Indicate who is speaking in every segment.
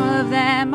Speaker 1: time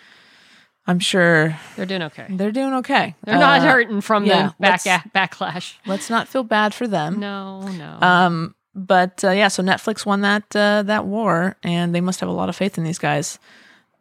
Speaker 2: I'm sure
Speaker 3: they're doing okay.
Speaker 2: they're doing okay.
Speaker 3: They're not
Speaker 2: Uh,
Speaker 3: hurting from
Speaker 2: yeah,
Speaker 3: the back
Speaker 2: let's-
Speaker 3: a- backlash.
Speaker 2: Let's not feel bad for them.
Speaker 3: No, no.
Speaker 2: Um, but uh, yeah, so Netflix won that uh, that war, and they must have a lot of faith in these guys.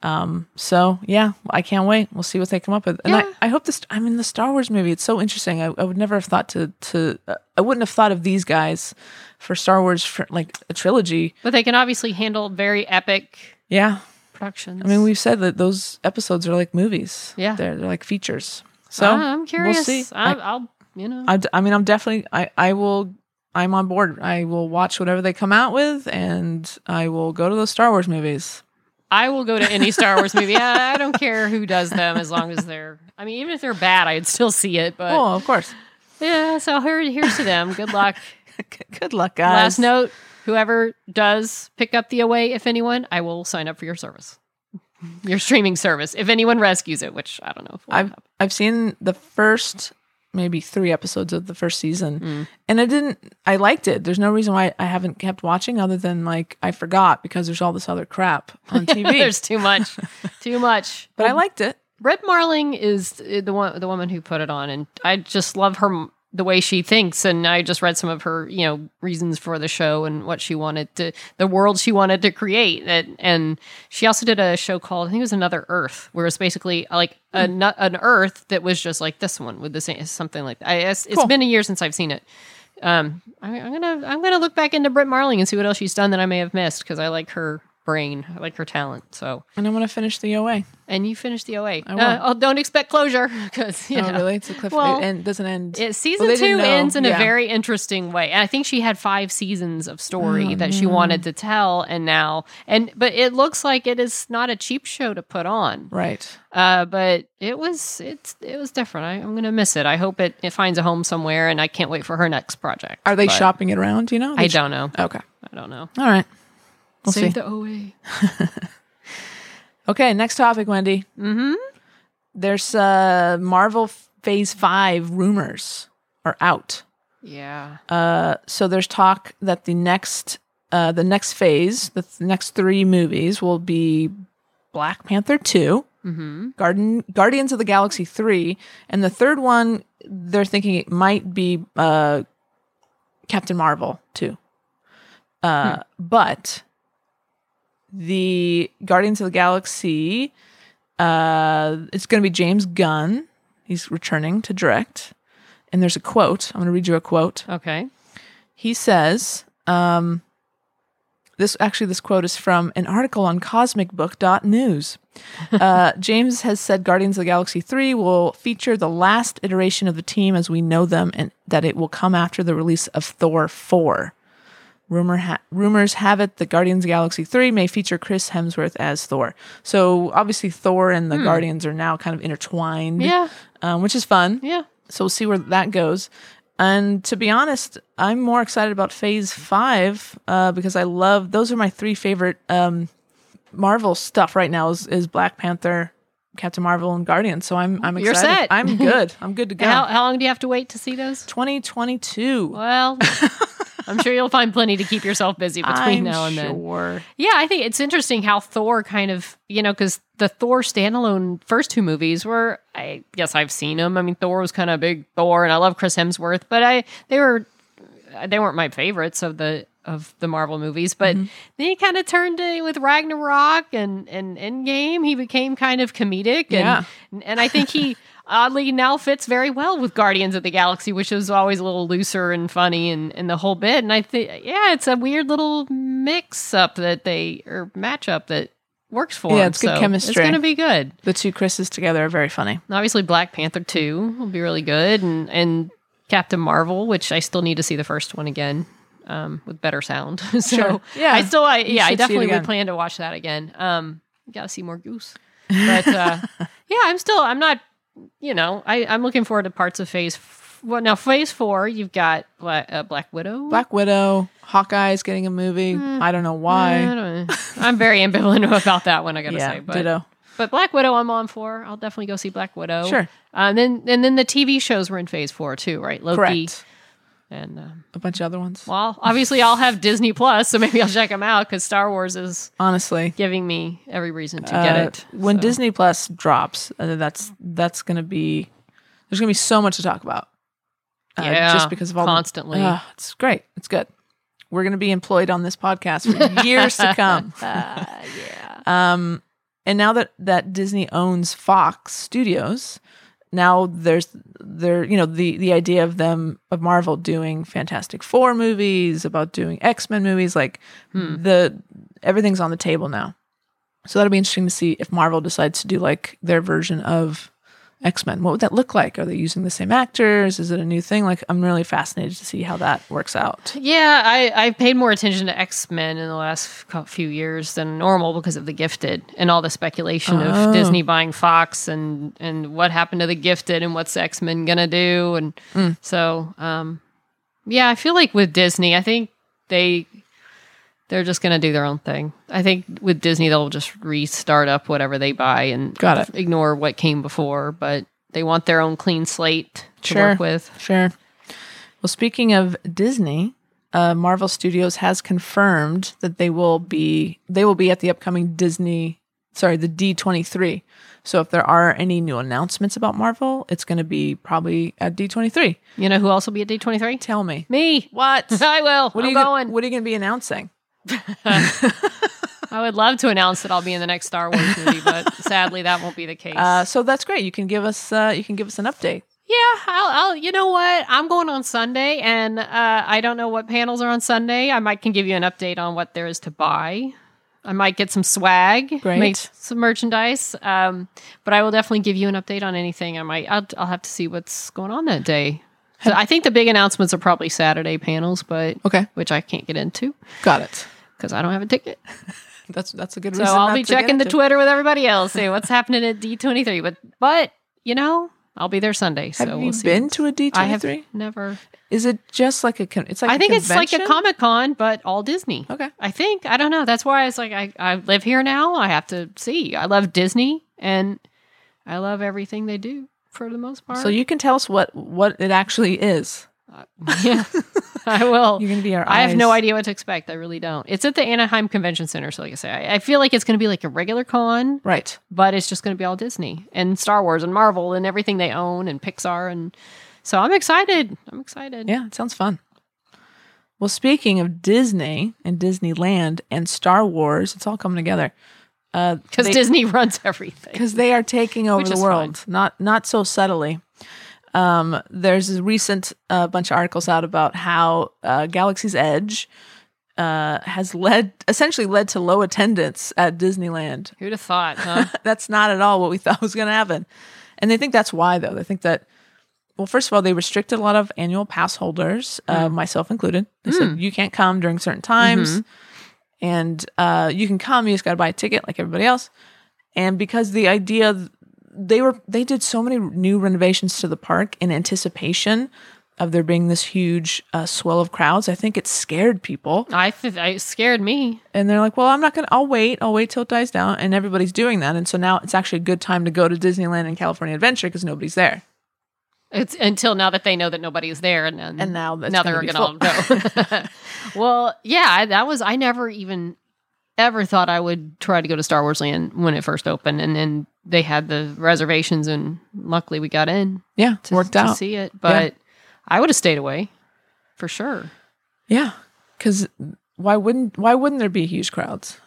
Speaker 2: Um, so yeah, I can't wait. We'll see what they come up with, and
Speaker 3: Yeah.
Speaker 2: I, I hope this. I mean, the Star Wars movie. It's so interesting. I, I would never have thought to to. Uh, I wouldn't have thought of these guys for Star Wars for like a trilogy.
Speaker 3: but they can obviously handle very epic
Speaker 2: Yeah,
Speaker 3: productions.
Speaker 2: I mean, we've said that those episodes are like movies.
Speaker 3: Yeah.
Speaker 2: they're, they're like features. So
Speaker 3: I'm curious.
Speaker 2: We'll see.
Speaker 3: I, I'll you know.
Speaker 2: I, d- I mean, I'm definitely, I, I will, I'm on board. I will watch whatever they come out with and I will go to those Star Wars movies.
Speaker 3: I will go to any Star Wars movie. I, I don't care who does them as long as they're. I mean, even if they're bad, I'd still see it. But
Speaker 2: Oh, of course.
Speaker 3: yeah, so here, here's to them. Good luck.
Speaker 2: Good luck, guys.
Speaker 3: Last note whoever does pick up the away, if anyone, I will sign up for your service, your streaming service. If anyone rescues it, which I don't know. If will
Speaker 2: I've I've seen the first maybe three episodes of the first season,
Speaker 3: Mm.
Speaker 2: and I didn't. I liked it. There's no reason why I haven't kept watching, other than like I forgot because there's all this other crap on TV.
Speaker 3: There's too much, too much.
Speaker 2: but I liked it.
Speaker 3: Brett Marling is the one, the woman who put it on, and I just love her the way she thinks. And I just read some of her, you know, reasons for the show and what she wanted to, the world she wanted to create. That and she also did a show called I think it was Another Earth, where it's basically like a nu- an Earth that was just like this one with the same something like that. I, it's, it's
Speaker 2: Cool.
Speaker 3: been a year since I've seen it. Um, I, I'm gonna I'm gonna look back into Brett Marling and see what else she's done that I may have missed because I like her brain, I like her talent. So
Speaker 2: And I want to finish the OA.
Speaker 3: and you finished the OA.
Speaker 2: will.
Speaker 3: Uh, oh, don't expect closure because you
Speaker 2: Oh,
Speaker 3: know
Speaker 2: really? It's a cliff.
Speaker 3: Well,
Speaker 2: it end, doesn't end.
Speaker 3: it, season
Speaker 2: Well, they
Speaker 3: two
Speaker 2: didn't know.
Speaker 3: ends in a
Speaker 2: Yeah.
Speaker 3: very interesting way. And I think she had five seasons of story
Speaker 2: Oh,
Speaker 3: that she wanted to tell, and now and but it looks like it is not a cheap show to put on.
Speaker 2: right.
Speaker 3: Uh, but it was it's it was different. I, I'm gonna miss it. I hope it, it finds a home somewhere, and I can't wait for her next project.
Speaker 2: Are they Oh.
Speaker 3: But
Speaker 2: shopping it around? Do you know?
Speaker 3: I don't know.
Speaker 2: Okay.
Speaker 3: I don't know.
Speaker 2: All right. We'll
Speaker 3: Save
Speaker 2: see.
Speaker 3: the OA.
Speaker 2: okay. Next topic, Wendy. Mm-hmm. There's uh, Marvel Phase Five rumors are out.
Speaker 3: Yeah.
Speaker 2: Uh, so there's talk that the next uh, the next phase, the th- next three movies will be Black Panther 2 Garden Guardians of the Galaxy three, and the third one they're thinking it might be uh, Captain Marvel two. Uh, But the Guardians of the Galaxy, uh, it's going to be James Gunn. He's returning to direct. And there's a quote. I'm going to read you a quote
Speaker 3: Okay.
Speaker 2: he says um, this actually this quote is from an article on cosmicbook.news uh, james has said guardians of the galaxy 3 will feature the last iteration of the team as we know them and that it will come after the release of thor 4 Rumor ha- rumors have it that Guardians of the Galaxy 3 may feature Chris Hemsworth as Thor. So obviously Thor and the Guardians are now kind of intertwined,
Speaker 3: Hmm. Yeah.
Speaker 2: um, which is fun.
Speaker 3: Yeah.
Speaker 2: So we'll see where that goes. And to be honest, I'm more excited about Phase Five uh, because I love those are my three favorite um, Marvel stuff right now is, is Black Panther, Captain Marvel, and Guardians. So I'm I'm
Speaker 3: You're
Speaker 2: excited.
Speaker 3: set.
Speaker 2: I'm good. I'm good to go.
Speaker 3: How how long do you have to wait to see those?
Speaker 2: 2022
Speaker 3: Well, I'm sure you'll find plenty to keep yourself busy between
Speaker 2: I'm
Speaker 3: now and then.
Speaker 2: sure.
Speaker 3: Yeah, I think it's interesting how Thor kind of, you know, because the Thor standalone first two movies were, I guess I've seen them. I mean, Thor was kind of big Thor, and I love Chris Hemsworth, but I they were they weren't my favorites of the of the Marvel movies. But
Speaker 2: Mm-hmm.
Speaker 3: then he kind of turned to with Ragnarok and and Endgame. He became kind of comedic,
Speaker 2: Yeah.
Speaker 3: and and I think he. Oddly, now fits very well with Guardians of the Galaxy, which is always a little looser and funny and, and the whole bit. And I think, yeah, it's a weird little mix up that they or matchup that works for.
Speaker 2: Yeah,
Speaker 3: him.
Speaker 2: it's good
Speaker 3: So It's
Speaker 2: chemistry.
Speaker 3: going to be good.
Speaker 2: The two Chris's together are very funny.
Speaker 3: And obviously Black Panther 2 will be really good and and Captain Marvel, which I still need to see the first one again um with better sound. so
Speaker 2: Sure. Yeah.
Speaker 3: I still I yeah,
Speaker 2: should see
Speaker 3: I
Speaker 2: it
Speaker 3: definitely would
Speaker 2: again.
Speaker 3: plan to watch that again. Um got to see more Goose. But uh yeah, I'm still I'm not you know, I I'm looking forward to parts of phase f- well now phase 4, you've got Black, uh, Black Widow.
Speaker 2: Black Widow, Hawkeye's getting a movie. I don't know
Speaker 3: Mm. I
Speaker 2: why.
Speaker 3: don't know. I'm very ambivalent about that one, I gotta
Speaker 2: yeah,
Speaker 3: say. But
Speaker 2: ditto.
Speaker 3: But Black Widow, I'm on for. I'll definitely go see Black Widow.
Speaker 2: Sure.
Speaker 3: Uh, and then and then the TV shows were in phase four too, right? Loki
Speaker 2: Correct.
Speaker 3: and um,
Speaker 2: A bunch of other ones.
Speaker 3: well, obviously I'll have Disney Plus, so maybe I'll check them out because Star Wars is
Speaker 2: Honestly,
Speaker 3: giving me every reason to
Speaker 2: Uh,
Speaker 3: get it.
Speaker 2: When
Speaker 3: So,
Speaker 2: Disney Plus drops, uh, that's that's gonna be there's gonna be so much to talk about. uh,
Speaker 3: Yeah,
Speaker 2: just because of all the-
Speaker 3: constantly.
Speaker 2: Ah, it's great. It's good. We're gonna be employed on this podcast for years to come.
Speaker 3: uh, yeah,
Speaker 2: Um, and now that that Disney owns Fox Studios, now there's there you know the the idea of them of Marvel doing Fantastic Four movies, about doing X Men movies, like
Speaker 3: Hmm.
Speaker 2: the everything's on the table now. So that'll be interesting to see if Marvel decides to do like their version of X Men. What would that look like? Are they using the same actors? Is it a new thing? Like I'm really fascinated to see how that works out.
Speaker 3: yeah. I I've paid more attention to X Men in the last cou- few years than normal because of the Gifted and all the speculation
Speaker 2: Oh.
Speaker 3: of Disney buying Fox and and what happened to the Gifted and what's X Men gonna do
Speaker 2: Hmm.
Speaker 3: and So, um, yeah, I feel like with Disney, I think they They're just going to do their own thing. I think with Disney, they'll just restart up whatever they buy and
Speaker 2: Got it.
Speaker 3: ignore what came before, but they want their own clean slate to
Speaker 2: Sure.
Speaker 3: work with.
Speaker 2: Sure. Well, speaking of Disney, uh, Marvel Studios has confirmed that they will be they will be at the upcoming Disney, sorry, the D twenty three. So if there are any new announcements about Marvel, it's going to be probably at D twenty three.
Speaker 3: You know who else will be at D23?
Speaker 2: Tell me
Speaker 3: Me.
Speaker 2: what?
Speaker 3: I will.
Speaker 2: What are
Speaker 3: I'm
Speaker 2: you
Speaker 3: going.
Speaker 2: Gonna, what are you going to be announcing?
Speaker 3: I would love to announce that I'll be in the next Star Wars movie, but sadly, that won't be the case.
Speaker 2: Uh, so that's great. You can give us uh, you can give us an update.
Speaker 3: yeah, I'll, I'll. You know what? I'm going on Sunday, and uh, I don't know what panels are on Sunday. I might can give you an update on what there is to buy. I might get some swag,
Speaker 2: Great.
Speaker 3: make some merchandise. Um, but I will definitely give you an update on anything. I might. I'll, I'll have to see what's going on that day. So I think the big announcements are probably Saturday panels, but
Speaker 2: Okay,
Speaker 3: which I can't get into
Speaker 2: got it.
Speaker 3: because I don't have a ticket.
Speaker 2: That's that's a good.
Speaker 3: So
Speaker 2: reason
Speaker 3: I'll
Speaker 2: not
Speaker 3: be
Speaker 2: to get
Speaker 3: checking the
Speaker 2: into it.
Speaker 3: Twitter with everybody else, see what's happening at D23. But but you know, I'll be there Sunday, so
Speaker 2: Have you
Speaker 3: we'll see.
Speaker 2: been to a D
Speaker 3: I
Speaker 2: twenty
Speaker 3: have
Speaker 2: three?
Speaker 3: never.
Speaker 2: Is it just like a? con- It's like
Speaker 3: I
Speaker 2: a
Speaker 3: think it's like a
Speaker 2: convention?
Speaker 3: Comic Con, but all Disney.
Speaker 2: Okay.
Speaker 3: I think I don't know. That's why it's like I I live here now. I have to see. I love Disney and I love everything they do for the most part.
Speaker 2: So you can tell us what what it actually is.
Speaker 3: yeah, I will.
Speaker 2: You're gonna be our.
Speaker 3: I have no
Speaker 2: eyes.
Speaker 3: idea what to expect. I really don't. It's at the Anaheim Convention Center, so like I say, I, I feel like it's going to be like a regular con,
Speaker 2: Right.
Speaker 3: but it's just going to be all Disney and Star Wars and Marvel and everything they own and Pixar and so I'm excited. I'm excited.
Speaker 2: Yeah, it sounds fun. Well, speaking of Disney and Disneyland and Star Wars, it's all coming together.
Speaker 3: Because
Speaker 2: They-
Speaker 3: Disney runs everything.
Speaker 2: because they are taking over
Speaker 3: Which
Speaker 2: the
Speaker 3: is
Speaker 2: world not not so subtly um, there's a recent uh, bunch of articles out about how uh, galaxy's edge uh, has led essentially led to low attendance at disneyland
Speaker 3: Who'd have thought, huh?
Speaker 2: that's not at all what we thought was going to happen and they think that's why though they think that well first of all they restricted a lot of annual pass holders uh, myself included they said you can't come during certain times and uh, you can come you just got to buy a ticket like everybody else and because the idea they were they did so many new renovations to the park in anticipation of there being this huge uh, swell of crowds i think it scared people
Speaker 3: I, th- I it scared me.
Speaker 2: and they're like well i'm not gonna i'll wait i'll wait till it dies down and everybody's doing that and so now it's actually a good time to go to disneyland and california adventure because nobody's there
Speaker 3: It's until now that they know that nobody's there, and then
Speaker 2: And now that's
Speaker 3: now
Speaker 2: gonna
Speaker 3: they're
Speaker 2: be
Speaker 3: gonna all go. well, yeah, I, that was I never even ever thought I would try to go to Star Wars Land when it first opened, and then they had the reservations, and luckily we got in.
Speaker 2: yeah it's
Speaker 3: to,
Speaker 2: worked
Speaker 3: to
Speaker 2: out
Speaker 3: see it. But I would have stayed away for sure.
Speaker 2: Yeah, because why wouldn't why wouldn't there be huge crowds?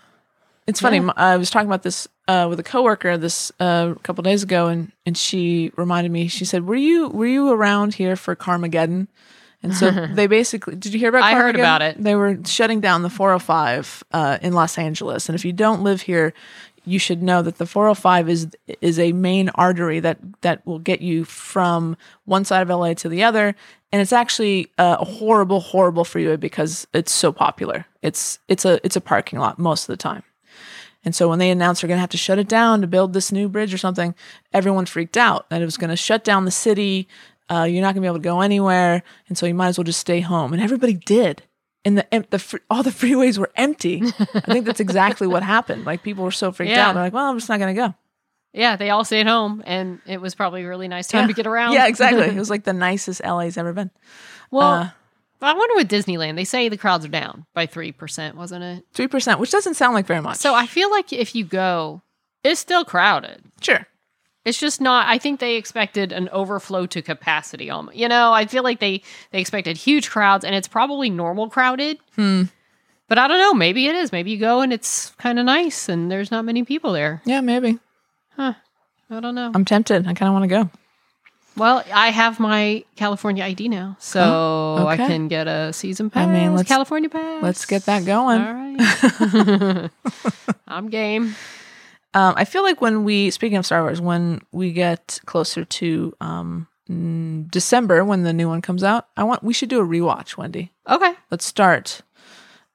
Speaker 2: It's funny. m I I was talking about this uh, with a coworker this uh, a couple days ago, and and she reminded me. She said, "Were you were you around here for Carmageddon?" And so they basically did you hear about?
Speaker 3: I heard
Speaker 2: Carmageddon?
Speaker 3: about it.
Speaker 2: They were shutting down the 405 uh, in Los Angeles, and if you don't live here. You should know that the 405 is is a main artery that that will get you from one side of LA to the other, and it's actually uh, a horrible, horrible freeway because it's so popular. It's it's a it's a parking lot most of the time. And so when they announced they're going to have to shut it down to build this new bridge or something, everyone freaked out that it was going to shut down the city. Uh, you're not going to be able to go anywhere, and so you might as well just stay home. And everybody did. And the em- the fr- all the freeways were empty. I think that's exactly what happened. Like people were so freaked
Speaker 3: Yeah.
Speaker 2: out, they're like, "Well, I'm just not going to go."
Speaker 3: Yeah, they all stayed home, and it was probably a really nice time to get around.
Speaker 2: Yeah, exactly. it was like the nicest LA's ever been.
Speaker 3: well,
Speaker 2: uh,
Speaker 3: I wonder with Disneyland, they say the crowds are down by three percent, wasn't it?
Speaker 2: Three percent, which doesn't sound like very much.
Speaker 3: So I feel like if you go, it's still crowded.
Speaker 2: sure,
Speaker 3: It's just not. I think they expected an overflow to capacity. Almost, you know. I feel like they they expected huge crowds, and it's probably normal crowded.
Speaker 2: Hmm.
Speaker 3: But I don't know. Maybe it is. Maybe you go and it's kind of nice, and there's not many people there.
Speaker 2: yeah, maybe.
Speaker 3: I don't know.
Speaker 2: I'm tempted. I kind of want to go.
Speaker 3: Well, I have my California ID now, so
Speaker 2: Oh, okay.
Speaker 3: I can get a season
Speaker 2: I
Speaker 3: pass.
Speaker 2: mean, let's-
Speaker 3: California pass.
Speaker 2: Let's get that going.
Speaker 3: All right. I'm game.
Speaker 2: Um, I feel like when we, speaking of Star Wars, when we get closer to um, mm, December when the new one comes out, I want we should do a rewatch, Wendy.
Speaker 3: Okay.
Speaker 2: Let's start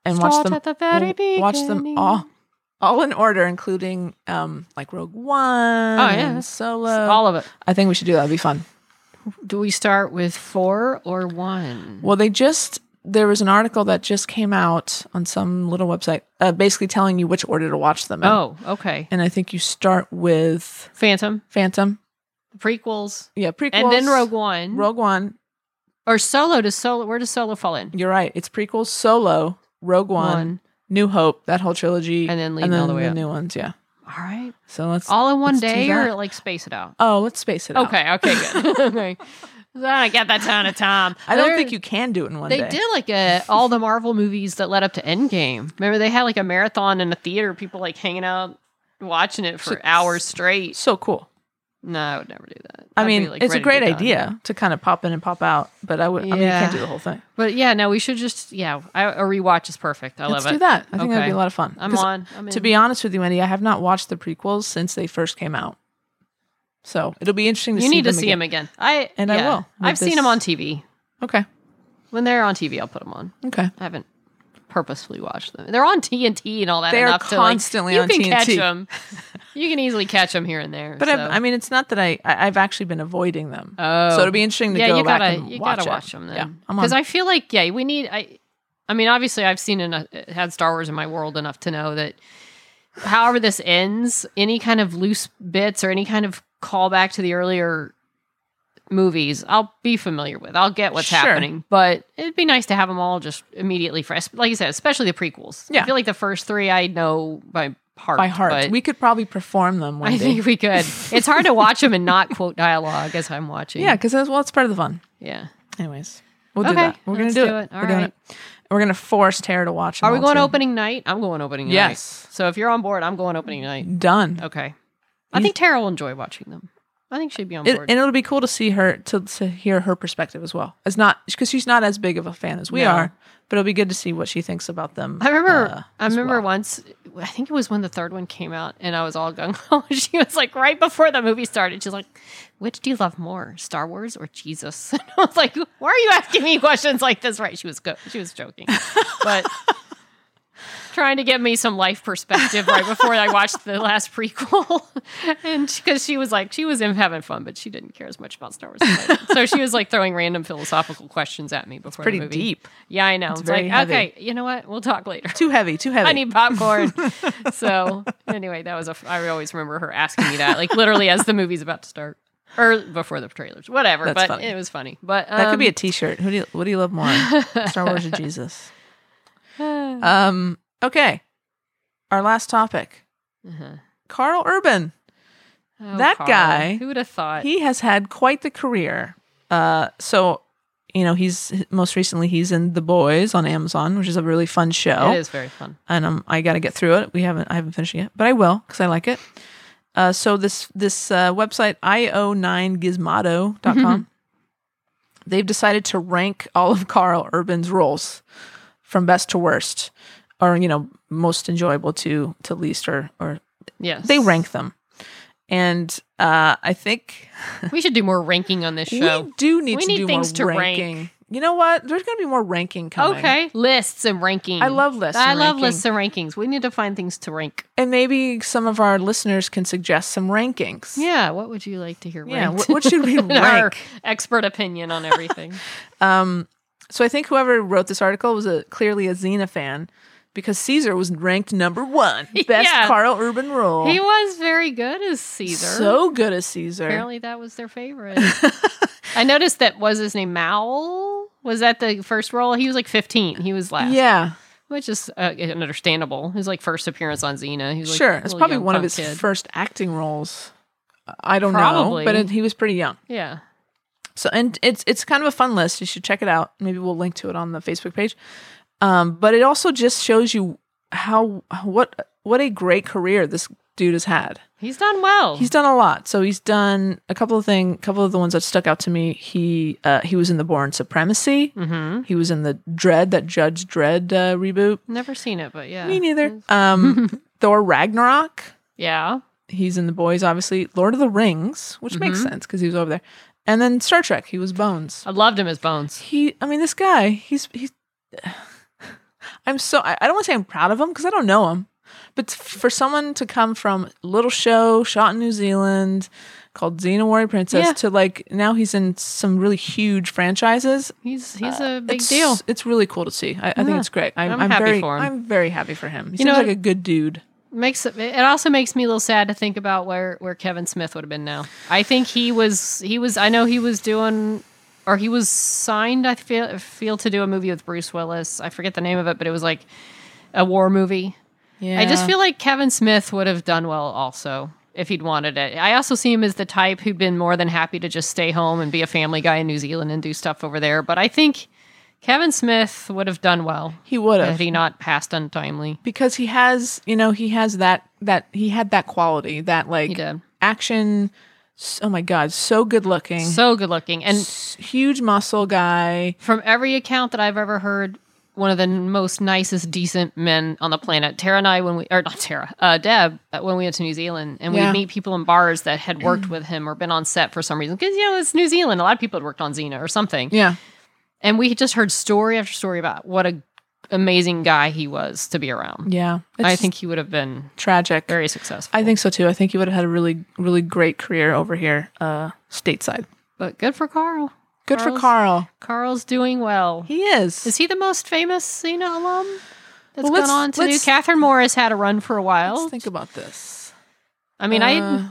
Speaker 2: and watch
Speaker 3: Start
Speaker 2: them.
Speaker 3: at the very
Speaker 2: w- watch them
Speaker 3: beginning.
Speaker 2: all, all in order, including um, like Rogue One.
Speaker 3: Oh, yeah.
Speaker 2: and Solo.
Speaker 3: All of it.
Speaker 2: I think we should do that. That'd be fun.
Speaker 3: Do we start with four or one?
Speaker 2: Well, they just there was an article that just came out on some little website, uh, basically telling you which order to watch them. in.
Speaker 3: Oh, okay.
Speaker 2: and I think you start with
Speaker 3: Phantom,
Speaker 2: Phantom.
Speaker 3: prequels,
Speaker 2: Yeah, prequels.
Speaker 3: and then Rogue One.
Speaker 2: Mm-hmm. Rogue One.
Speaker 3: or Solo does Solo where does Solo fall in?
Speaker 2: You're right. It's prequels. Solo, Rogue One, New Hope, that whole trilogy,
Speaker 3: And then leading all the way up.
Speaker 2: new ones. Yeah.
Speaker 3: All right.
Speaker 2: So let's.
Speaker 3: All in one
Speaker 2: Let's do
Speaker 3: day
Speaker 2: that.
Speaker 3: or like space it out?
Speaker 2: oh, let's space it out.
Speaker 3: Okay, okay, good. okay. I got that ton of time.
Speaker 2: I don't
Speaker 3: There-
Speaker 2: think you can do it in one
Speaker 3: They
Speaker 2: day.
Speaker 3: did like a, all the Marvel movies that led up to Endgame. Remember they had like a marathon in a theater, people like hanging out watching it for
Speaker 2: So-
Speaker 3: hours straight.
Speaker 2: So cool.
Speaker 3: No, I would never do that.
Speaker 2: I
Speaker 3: I'd be,
Speaker 2: mean,
Speaker 3: like,
Speaker 2: it's
Speaker 3: ready to
Speaker 2: a
Speaker 3: be
Speaker 2: great
Speaker 3: done.
Speaker 2: idea to kind of pop in and pop out, but I would. I mean, you
Speaker 3: Yeah.
Speaker 2: can't do the whole thing.
Speaker 3: But yeah, no, we should just yeah, I, a rewatch is perfect. I
Speaker 2: Let's
Speaker 3: love
Speaker 2: do
Speaker 3: it.
Speaker 2: that. I think that'd
Speaker 3: Okay.
Speaker 2: be a lot of fun.
Speaker 3: I'm
Speaker 2: 'Cause
Speaker 3: on. I'm
Speaker 2: To
Speaker 3: in.
Speaker 2: be honest with you, Andy, I have not watched the prequels since they first came out. So it'll be interesting to
Speaker 3: you
Speaker 2: see
Speaker 3: need to
Speaker 2: them
Speaker 3: see
Speaker 2: again.
Speaker 3: him again. I
Speaker 2: And I
Speaker 3: yeah.
Speaker 2: will with
Speaker 3: I've seen
Speaker 2: this-
Speaker 3: him on TV.
Speaker 2: Okay.
Speaker 3: When they're on TV, I'll put them on.
Speaker 2: Okay.
Speaker 3: I haven't purposefully watched them. They're on TNT and all that.
Speaker 2: They are
Speaker 3: enough
Speaker 2: constantly
Speaker 3: to,
Speaker 2: on
Speaker 3: like, you can catch
Speaker 2: TNT.
Speaker 3: them. You can easily catch them here and there.
Speaker 2: But
Speaker 3: so.
Speaker 2: I've, I mean, it's not that I, I I've actually been avoiding them.
Speaker 3: Oh.
Speaker 2: so it'll be interesting to
Speaker 3: yeah,
Speaker 2: go
Speaker 3: you
Speaker 2: back
Speaker 3: gotta
Speaker 2: and
Speaker 3: you
Speaker 2: watch
Speaker 3: gotta
Speaker 2: it.
Speaker 3: watch them then.
Speaker 2: Yeah, I'm
Speaker 3: because
Speaker 2: on.
Speaker 3: I feel like yeah, we need I. I mean, obviously, I've seen enough, had Star Wars in my world enough to know that however this ends, any kind of loose bits or any kind of callback to the earlier movies, I'll be familiar with. I'll get what's
Speaker 2: Sure.
Speaker 3: happening, but it'd be nice to have them all just immediately fresh. Like you said, especially the prequels. I
Speaker 2: Yeah.
Speaker 3: feel like the first three I know by heart.
Speaker 2: by heart.
Speaker 3: but
Speaker 2: we could probably perform them one
Speaker 3: I
Speaker 2: day.
Speaker 3: think we could. It's hard to watch them and not quote dialogue as I'm watching.
Speaker 2: yeah, because well, it's part of the fun.
Speaker 3: yeah.
Speaker 2: Anyways, we'll do
Speaker 3: Okay,
Speaker 2: that. We're gonna
Speaker 3: let's
Speaker 2: do,
Speaker 3: do
Speaker 2: it.
Speaker 3: it.
Speaker 2: We're
Speaker 3: All
Speaker 2: doing
Speaker 3: right.
Speaker 2: it. We're gonna force Tara to watch. them
Speaker 3: Are we
Speaker 2: all,
Speaker 3: going
Speaker 2: too.
Speaker 3: opening night? I'm going opening night.
Speaker 2: Yes.
Speaker 3: So if you're on board, I'm going opening night.
Speaker 2: Done.
Speaker 3: Okay. I think Tara will enjoy watching them. I think she'd be on
Speaker 2: It,
Speaker 3: board.
Speaker 2: and it'll be cool to see her to, to hear her perspective as well. It's not because she's not as big of a fan as we
Speaker 3: No.
Speaker 2: are, but it'll be good to see what she thinks about them.
Speaker 3: I remember.
Speaker 2: uh,
Speaker 3: I
Speaker 2: as
Speaker 3: remember
Speaker 2: well.
Speaker 3: once. I think it was when the third one came out, and I was all gung ho. She was like, right before the movie started, she's like, "Which do you love more, Star Wars or Jesus?" And I was like, "Why are you asking me questions like this?" Right? She was go- she was joking, but trying to give me some life perspective right before I watched the last prequel, and because she was like, she was in having fun, but she didn't care as much about Star Wars. as I did. so she was like throwing random philosophical questions at me before
Speaker 2: pretty
Speaker 3: the movie.
Speaker 2: deep.
Speaker 3: Yeah, I know. It's,
Speaker 2: very
Speaker 3: like,
Speaker 2: heavy.
Speaker 3: okay, you know what? We'll talk later.
Speaker 2: Too heavy. Too heavy.
Speaker 3: I need popcorn. so anyway, that was a. I always remember her asking me that, like literally as the movie's about to start, or before the trailers, whatever.
Speaker 2: That's
Speaker 3: but
Speaker 2: funny.
Speaker 3: it was funny. But um,
Speaker 2: That could be a T-shirt. Who do you, what do you love more, Star Wars or Jesus? Um. Okay. Our last topic:
Speaker 3: Uh-huh.
Speaker 2: Carl Urban.
Speaker 3: Oh,
Speaker 2: That
Speaker 3: Carl,
Speaker 2: guy,
Speaker 3: Who would have thought?
Speaker 2: He has had quite the career. Uh. So, you know, he's most recently he's in The Boys on Amazon, which is a really fun show.
Speaker 3: It is very fun.
Speaker 2: and um, I got to get through it. We haven't, I haven't finished it yet, but I will because I like it. Uh, so this this uh, website
Speaker 3: Mm-hmm.
Speaker 2: io9gizmodo.com, they've decided to rank all of Carl Urban's roles from best to worst, or you know most enjoyable to to least, or or
Speaker 3: Yes,
Speaker 2: they rank them. And uh, I think
Speaker 3: We should do more ranking on this show.
Speaker 2: we do need
Speaker 3: We
Speaker 2: to
Speaker 3: need
Speaker 2: do
Speaker 3: things to
Speaker 2: more
Speaker 3: rank.
Speaker 2: ranking. You know what? There's going to be more ranking coming.
Speaker 3: Okay, lists and ranking.
Speaker 2: I love lists
Speaker 3: I
Speaker 2: and
Speaker 3: love
Speaker 2: ranking.
Speaker 3: lists and rankings. We need to find things to rank.
Speaker 2: And maybe some of our listeners can suggest some rankings.
Speaker 3: Yeah, what would you like to hear?
Speaker 2: Yeah,
Speaker 3: ranked?
Speaker 2: what, what should we
Speaker 3: In Our
Speaker 2: rank?
Speaker 3: expert opinion on everything.
Speaker 2: Um, so I think whoever wrote this article was a, clearly a Xena fan because Caesar was ranked number one, best
Speaker 3: Yeah.
Speaker 2: Carl Urban role.
Speaker 3: he was very good as Caesar.
Speaker 2: so good as Caesar.
Speaker 3: Apparently, that was their favorite. I noticed that was his name Mal. Was that the first role? He was like 15. He was last.
Speaker 2: yeah,
Speaker 3: which is uh, understandable. His like first appearance on Xena. He was, like,
Speaker 2: sure.
Speaker 3: a
Speaker 2: It's
Speaker 3: little
Speaker 2: probably
Speaker 3: young
Speaker 2: one of
Speaker 3: punk
Speaker 2: his
Speaker 3: kid.
Speaker 2: first acting roles. I don't
Speaker 3: Probably.
Speaker 2: know, but it, he was pretty young.
Speaker 3: Yeah,
Speaker 2: So and it's it's kind of a fun list. You should check it out. Maybe we'll link to it on the Facebook page. Um, but it also just shows you how what what a great career this dude has had.
Speaker 3: he's done well.
Speaker 2: He's done a lot. So he's done a couple of things. Couple of the ones that stuck out to me. He uh, he was in the Born Supremacy.
Speaker 3: mm-hmm.
Speaker 2: He was in the Dread that Judge Dread uh, reboot.
Speaker 3: Never seen it, but yeah,
Speaker 2: Me neither. Um, Thor Ragnarok.
Speaker 3: Yeah,
Speaker 2: He's in the Boys, obviously. Lord of the Rings, which
Speaker 3: Mm-hmm.
Speaker 2: makes sense because he was over there. And then Star Trek. He was Bones.
Speaker 3: I loved him as Bones.
Speaker 2: He. I mean, this guy. He's he's. I'm so. I, I don't want to say I'm proud of him because I don't know him, but for someone to come from little show shot in New Zealand, called Xena Warrior Princess
Speaker 3: Yeah.
Speaker 2: to like now he's in some really huge franchises.
Speaker 3: He's he's a big
Speaker 2: Uh, it's,
Speaker 3: deal.
Speaker 2: It's really cool to see. I, I think
Speaker 3: Yeah.
Speaker 2: it's great. I'm,
Speaker 3: I'm
Speaker 2: I'm,
Speaker 3: happy
Speaker 2: very,
Speaker 3: for him.
Speaker 2: I'm very happy for him. He
Speaker 3: You
Speaker 2: seems
Speaker 3: know
Speaker 2: like
Speaker 3: what?
Speaker 2: a good dude.
Speaker 3: Makes it it also makes me a little sad to think about where where Kevin Smith would have been now. I think he was he was I know he was doing or he was signed I feel feel to do a movie with Bruce Willis. I forget the name of it, but it was like a war movie.
Speaker 2: Yeah.
Speaker 3: I just feel like Kevin Smith would have done well also if he'd wanted it. I also see him as the type who'd been more than happy to just stay home and be a family guy in New Zealand and do stuff over there. But I think Kevin Smith would have done well
Speaker 2: he would
Speaker 3: had
Speaker 2: have
Speaker 3: he not passed untimely.
Speaker 2: because he has you know he has that that he had that quality that like
Speaker 3: He did.
Speaker 2: action. s- Oh my god, so good looking,
Speaker 3: So good looking. And
Speaker 2: S- huge muscle guy.
Speaker 3: from every account that I've ever heard, one of the most nicest, decent men on the planet. Tara and I, when we, or not Tara, uh, Deb, uh, when we went to New Zealand, and
Speaker 2: Yeah.
Speaker 3: we meet people in bars that had worked with him or been on set for some reason. Because, you know, it's New Zealand. A lot of people had worked on Xena or something.
Speaker 2: Yeah,
Speaker 3: and we just heard story after story about what a amazing guy he was to be around.
Speaker 2: yeah.
Speaker 3: I
Speaker 2: It's
Speaker 3: think he would have been
Speaker 2: tragic.
Speaker 3: very successful.
Speaker 2: I think so too. I think he would have had a really, really great career over here, uh, stateside.
Speaker 3: but good for Carl.
Speaker 2: Good for
Speaker 3: Carl's-
Speaker 2: Carl.
Speaker 3: Carl's doing well.
Speaker 2: He is.
Speaker 3: Is he the most famous Xena alum that's
Speaker 2: Well, let's-
Speaker 3: gone on to do?
Speaker 2: let's-
Speaker 3: Catherine Morris had a run for a while.
Speaker 2: Let's think about this.
Speaker 3: I mean, I
Speaker 2: Uh,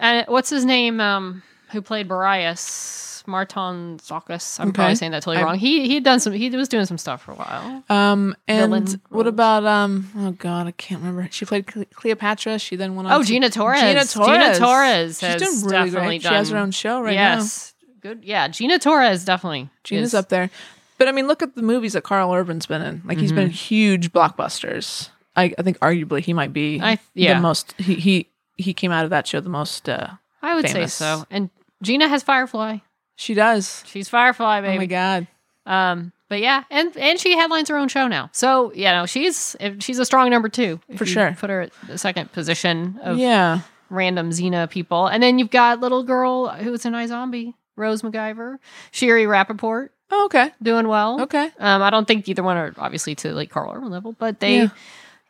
Speaker 3: uh, what's his name? Um, who played Barias? Marton Zakis. I'm
Speaker 2: Okay.
Speaker 3: probably saying that totally
Speaker 2: I-
Speaker 3: wrong. He he had done some. He was doing some stuff for a while.
Speaker 2: Um, and
Speaker 3: villain
Speaker 2: what
Speaker 3: roles.
Speaker 2: about um? Oh God, I can't remember. She played Cle- Cleopatra. She then went on.
Speaker 3: Oh,
Speaker 2: to-
Speaker 3: Gina Torres.
Speaker 2: Gina Torres.
Speaker 3: Torres
Speaker 2: She's
Speaker 3: has
Speaker 2: doing really
Speaker 3: definitely
Speaker 2: great. She has her
Speaker 3: done-
Speaker 2: own show right now.
Speaker 3: yes. Good. Yeah. Gina Torres definitely.
Speaker 2: Gina's
Speaker 3: is-
Speaker 2: up there. But I mean, look at the movies that Carl Urban's been in. Like he's
Speaker 3: Mm-hmm.
Speaker 2: been in huge blockbusters. I, I think arguably he might be
Speaker 3: I- yeah.
Speaker 2: the most. He he he came out of that show the most. Uh,
Speaker 3: I would
Speaker 2: famous.
Speaker 3: say so. And Gina has Firefly.
Speaker 2: she does.
Speaker 3: She's Firefly,
Speaker 2: Oh my
Speaker 3: baby.
Speaker 2: God.
Speaker 3: um, but yeah, and and she headlines her own show now. So you know she's if- she's a strong number two if
Speaker 2: For
Speaker 3: you
Speaker 2: sure.
Speaker 3: Put her at the second position of
Speaker 2: Yeah.
Speaker 3: random Xena people, and then you've got little girl who was in iZombie, Rose MacGyver, Sherry Rappaport
Speaker 2: Oh, okay.
Speaker 3: doing well.
Speaker 2: Okay.
Speaker 3: Um, I don't think either one are obviously to like Carl Urban level, but they
Speaker 2: Yeah.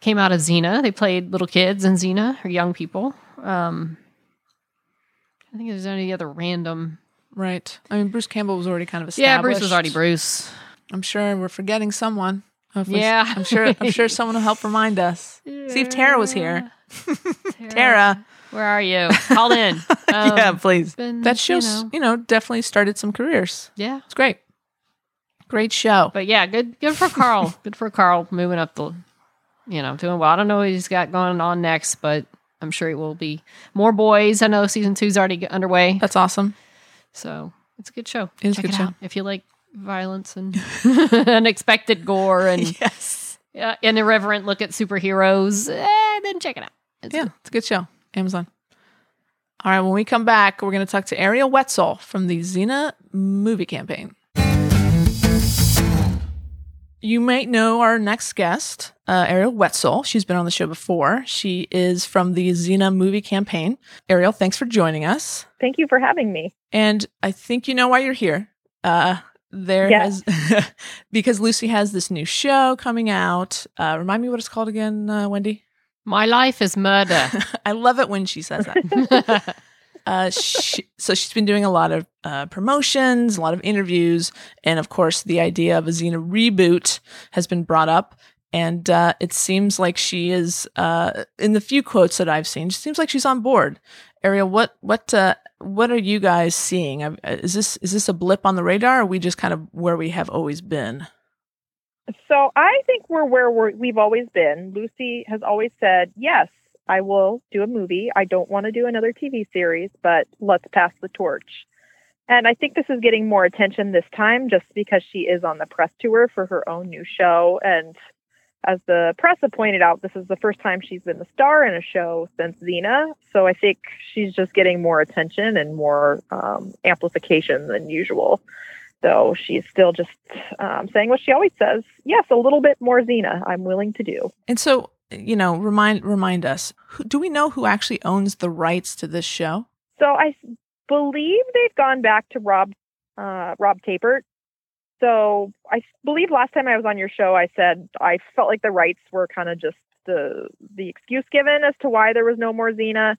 Speaker 3: came out of Xena. They played little kids in Xena or young people. Um, I think there's any other random.
Speaker 2: Right. I mean, Bruce Campbell was already kind of established.
Speaker 3: Yeah, Bruce was already Bruce.
Speaker 2: I'm sure we're forgetting someone. Hopefully-
Speaker 3: Yeah.
Speaker 2: I'm sure. I'm sure someone will help remind us. See if Tara was here. Tara.
Speaker 3: where are you? Call in. Um,
Speaker 2: yeah, please.
Speaker 3: been,
Speaker 2: That
Speaker 3: you
Speaker 2: show's, you know,
Speaker 3: know.
Speaker 2: definitely started some careers.
Speaker 3: Yeah,
Speaker 2: It's great. Great show.
Speaker 3: but yeah, good. Good for Carl. good for Carl moving up the. You know, doing well. I don't know what he's got going on next, but I'm sure it will be more boys. I know season two's already underway.
Speaker 2: That's awesome.
Speaker 3: So it's a good show.
Speaker 2: It is a
Speaker 3: Check
Speaker 2: good
Speaker 3: it
Speaker 2: show.
Speaker 3: out if you like violence and unexpected gore and
Speaker 2: Yes.
Speaker 3: uh, an irreverent look at superheroes, eh, then check it out. It's
Speaker 2: Yeah, it's a good show. Amazon. All right, when we come back, we're going to talk to Ariel Wetzel from the Xena movie campaign. You might know our next guest, uh, Ariel Wetzel. She's been on the show before. She is from the Xena movie campaign. Ariel, thanks for joining us.
Speaker 4: Thank you for having me.
Speaker 2: And I think you know why you're here. Uh, there
Speaker 4: Yeah.
Speaker 2: has because Lucy has this new show coming out. Uh, remind me what it's called again, uh, Wendy.
Speaker 3: My life is murder.
Speaker 2: I love it when she says that. Uh, she, so she's been doing a lot of uh, promotions, a lot of interviews, and of course, the idea of a Xena reboot has been brought up. And uh, it seems like she is, uh, in the few quotes that I've seen, it seems like she's on board. Ariel, what what uh, what are you guys seeing? Uh, Is this is this a blip on the radar? Or are we just kind of where we have always been?
Speaker 4: So I think we're where we're, we've always been. Lucy has always said, yes, I will do a movie. I don't want to do another TV series, but let's pass the torch. And I think this is getting more attention this time just because she is on the press tour for her own new show. And as the press have pointed out, this is the first time she's been the star in a show since Xena. So I think she's just getting more attention and more um, amplification than usual. So she's still just um, saying what she always says. Yes, a little bit more Xena. I'm willing to do.
Speaker 2: And so, you know, remind remind us. Who, do we know who actually owns the rights to this show?
Speaker 4: So I s- believe they've gone back to Rob uh, Rob Tapert. So I s- believe last time I was on your show, I said I felt like the rights were kind of just the the excuse given as to why there was no more Xena.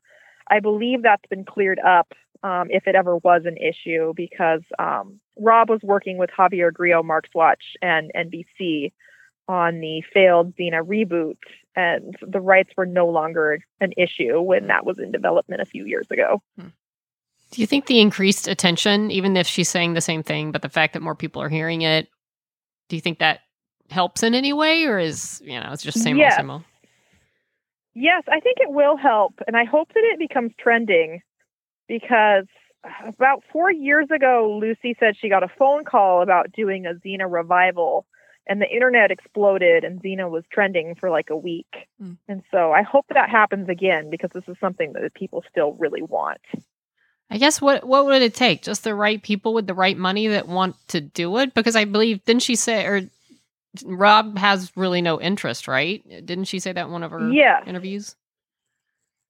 Speaker 4: I believe that's been cleared up um, if it ever was an issue because um, Rob was working with Javier Grillo, Mark's Watch, and NBC on the failed Xena reboot, and the rights were no longer an issue when that was in development a few years ago.
Speaker 3: Do you think the increased attention, even if she's saying the same thing, but the fact that more people are hearing it, do you think that helps in any way, or is you know it's just same old
Speaker 4: Yes.
Speaker 3: same old?
Speaker 4: Yes, I think it will help, and I hope that it becomes trending because uh, about four years ago, Lucy said she got a phone call about doing a Xena revival, and the internet exploded, and Xena was trending for like a week.
Speaker 2: Mm.
Speaker 4: And so I hope that happens again because this is something that people still really want.
Speaker 3: I guess what what would it take? Just the right people with the right money that want to do it? Because I believe didn't she say or Rob has really no interest, right? Didn't she say that in one of her
Speaker 4: Yes.
Speaker 3: interviews?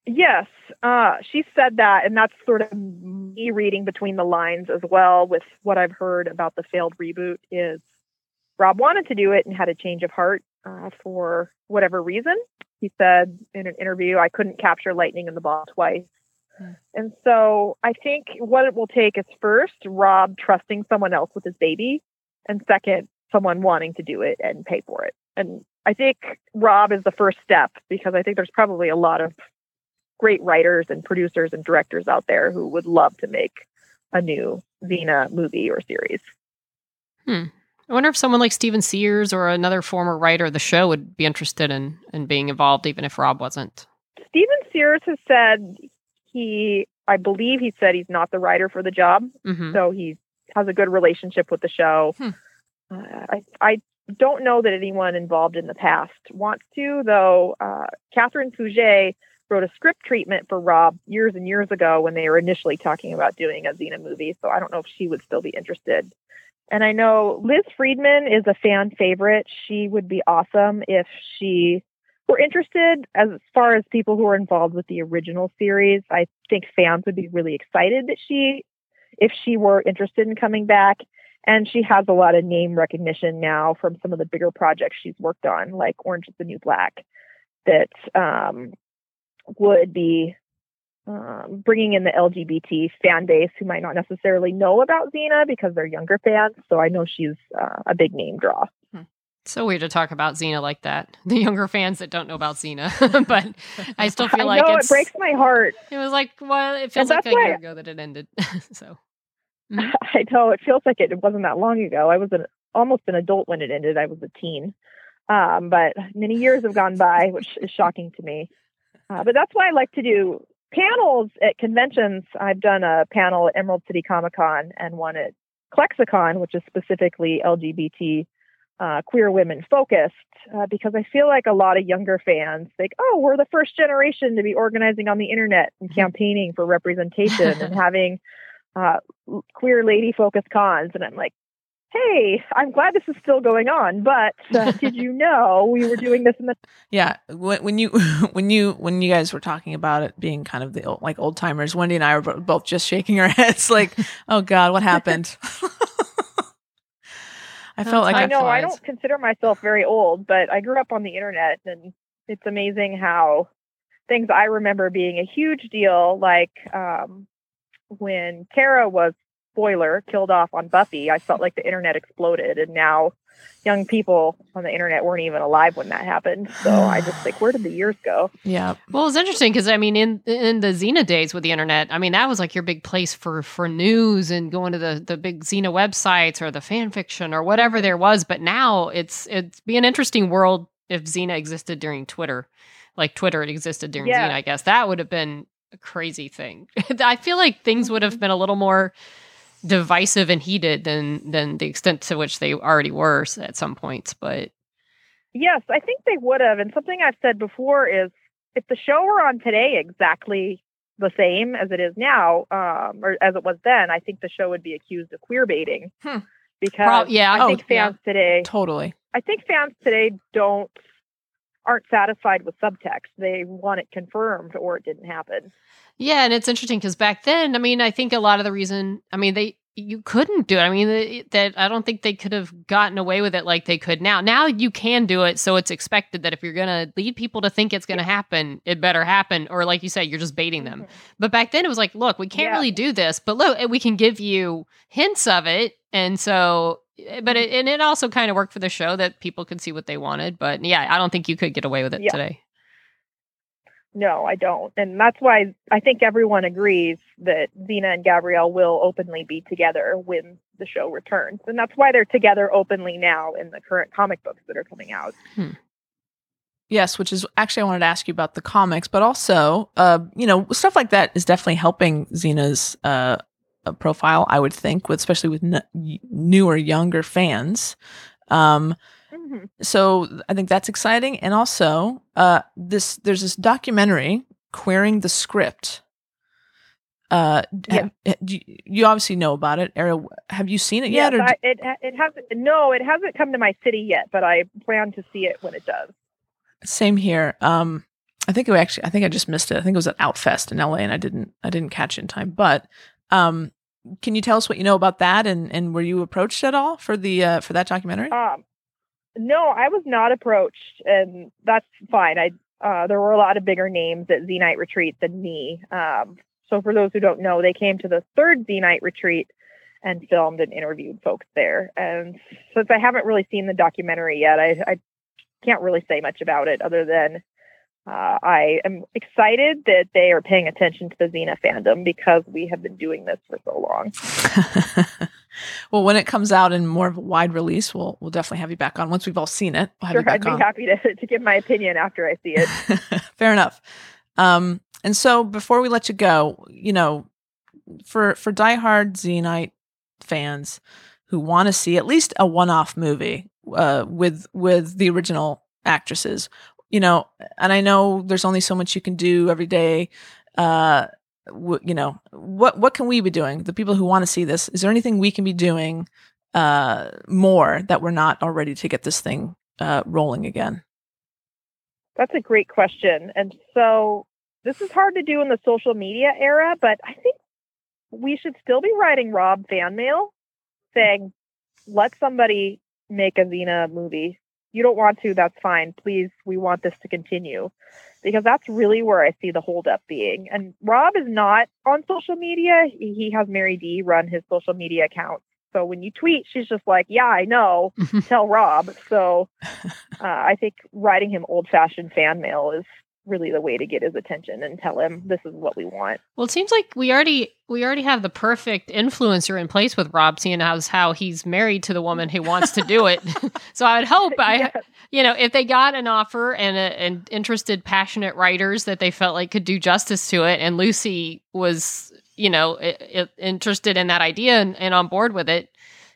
Speaker 4: Yes, uh, she said that, and that's sort of me reading between the lines as well with what I've heard about the failed reboot. Is Rob wanted to do it and had a change of heart uh, for whatever reason. He said in an interview, "I couldn't capture lightning in the ball twice."
Speaker 2: Hmm.
Speaker 4: And so I think what it will take is first Rob trusting someone else with his baby, and second, someone wanting to do it and pay for it. And I think Rob is the first step because I think there's probably a lot of great writers and producers and directors out there who would love to make a new Xena movie or series.
Speaker 3: I wonder if someone like Steven Sears or another former writer of the show would be interested in in being involved, even if Rob wasn't.
Speaker 4: Steven Sears has said he, I believe he said he's not the writer for the job,
Speaker 3: hmm
Speaker 4: so he has a good relationship with the show.
Speaker 2: Hmm.
Speaker 4: Uh, I, I don't know that anyone involved in the past wants to, though. Uh, Catherine Fouget wrote a script treatment for Rob years and years ago when they were initially talking about doing a Xena movie, so I don't know if she would still be interested. And I know Liz Friedman is a fan favorite. She would be awesome if she were interested. As far as people who are involved with the original series, I think fans would be really excited that she if she were interested in coming back. And she has a lot of name recognition now from some of the bigger projects she's worked on, like Orange is the New Black, that um, would be um, bringing in the LGBT fan base who might not necessarily know about Xena because they're younger fans. So I know she's uh, a big name draw.
Speaker 3: So weird to talk about Xena like that. The younger fans that don't know about Xena, but I still feel
Speaker 4: I
Speaker 3: like
Speaker 4: know
Speaker 3: it's,
Speaker 4: it breaks my heart.
Speaker 3: it was like well, it feels like
Speaker 4: that's
Speaker 3: a year
Speaker 4: why-
Speaker 3: ago that it ended. so
Speaker 4: I know it feels like it, it wasn't that long ago. I was an, almost an adult when it ended. I was a teen, um, but many years have gone by, which is shocking to me. Uh, but that's why I like to do panels at conventions. I've done a panel at Emerald City Comic Con and one at Klexicon, which is specifically LGBT uh, queer women focused, uh, because I feel like a lot of younger fans think, oh, we're the first generation to be organizing on the internet and campaigning for representation and having uh, l- queer lady focused cons. And I'm like, hey, I'm glad this is still going on, but uh, did you know we were doing this in the
Speaker 2: Yeah, when, when you when you when you guys were talking about it being kind of the old, like old timers, Wendy and I were bo- both just shaking our heads like, "Oh God, what happened?" I felt like
Speaker 3: I
Speaker 4: I
Speaker 2: I,
Speaker 4: know I
Speaker 3: flies.
Speaker 4: don't consider myself very old, but I grew up on the internet and it's amazing how things I remember being a huge deal, like um, when Kara was spoiler killed off on Buffy, I felt like the internet exploded and now young people on the internet weren't even alive when that happened. So I just think where did the years go?
Speaker 2: yeah,
Speaker 3: Well, it's interesting because I mean, in in the Xena days with the internet, I mean that was like your big place for for news and going to the the big Xena websites or the fan fiction or whatever there was. But now it's it'd be an interesting world if Xena existed during Twitter, like Twitter had existed during
Speaker 4: Yeah.
Speaker 3: Xena. I guess that would have been a crazy thing. I feel like things would
Speaker 4: Mm-hmm.
Speaker 3: have been a little more divisive and heated than than the extent to which they already were at some points. But
Speaker 4: Yes, I think they would have. And something I've said before is if the show were on today exactly the same as it is now, um, or as it was then, I think the show would be accused of queer baiting.
Speaker 2: Hmm.
Speaker 4: Because
Speaker 3: Prob- yeah,
Speaker 4: I
Speaker 3: oh,
Speaker 4: think fans today
Speaker 2: totally.
Speaker 4: I think fans today don't aren't satisfied with subtext. They want it confirmed or it didn't happen.
Speaker 3: Yeah, and it's interesting because back then, I mean, I think a lot of the reason, I mean, they you couldn't do it. I mean, it- that I don't think they could have gotten away with it like they could now. Now you can do it, so it's expected that if you're going to lead people to think it's going to happen, it better happen. Or like you said, you're just baiting them. But back then it was like, look, we can't
Speaker 4: Mm-hmm. Yeah.
Speaker 3: really do this, but look, eh, we can give you hints of it. And so, eh,
Speaker 4: Mm-hmm.
Speaker 3: but it, and it also kind of worked for the show that people could see what they wanted. But yeah, I don't think you could get away with it
Speaker 4: Yeah.
Speaker 3: today.
Speaker 4: No, I don't. And that's why I think everyone agrees that Xena and Gabrielle will openly be together when the show returns. And that's why they're together openly now in the current comic books that are coming out.
Speaker 2: Yes, which is actually I wanted to ask you about the comics, but also, uh, you know, stuff like that is definitely helping Xena's uh, uh, profile. I would think, with especially with n- y- newer, younger fans. Um,
Speaker 4: hmm
Speaker 2: so I think that's exciting, and also uh, this there's this documentary querying the script. Uh, have- do you, you obviously know about it, Ariel. Have you seen it yet?
Speaker 4: Yes,
Speaker 2: or
Speaker 4: I, it it hasn't. No, it hasn't come to my city yet, but I plan to see it when it does.
Speaker 2: Same here. Um, I think it actually, I think I just missed it. I think it was at Outfest in LA, and I didn't, I didn't catch it in time. But um, can you tell us what you know about that, and and were you approached at all for the uh, for that documentary?
Speaker 4: Um, no, I was not approached, and that's fine. I uh, there were a lot of bigger names at Z Night Retreat than me. Um, so for those who don't know, they came to the third Z Night Retreat and filmed and interviewed folks there. And since I haven't really seen the documentary yet, I, I can't really say much about it other than. Uh, I am excited that they are paying attention to the Xena fandom because we have been doing this for so long.
Speaker 2: well, when it comes out in more of a wide release, we'll we'll definitely have you back on once we've all seen it. We'll have you
Speaker 4: Sure,
Speaker 2: back
Speaker 4: I'd be
Speaker 2: on.
Speaker 4: happy to, to give my opinion after I see it.
Speaker 2: Fair enough. Um, and so before we let you go, you know, for for diehard Xenite fans who want to see at least a one-off movie uh, with with the original actresses, you know, and I know there's only so much you can do every day. Uh, w- you know, what what can we be doing? The people who want to see this, is there anything we can be doing uh, more that we're not already to get this thing uh, rolling again?
Speaker 4: That's a great question. And so this is hard to do in the social media era, but I think we should still be writing Rob fan mail saying, let somebody make a Xena movie. You don't want to, that's fine. Please, we want this to continue. Because that's really where I see the holdup being. And Rob is not on social media. He he has Mary D run his social media account. So when you tweet, she's just like, yeah, I know. Tell Rob. So uh, I think writing him old fashioned fan mail is really the way to get his attention and tell him this is what we want.
Speaker 3: Well, it seems like we already we already have the perfect influencer in place with Rob, seeing as how he's married to the woman who wants to do it. so I would hope I,
Speaker 4: Yes.
Speaker 3: you know, if they got an offer and a, and interested, passionate writers that they felt like could do justice to it, and Lucy was, you know, i i interested in that idea and, and on board with it.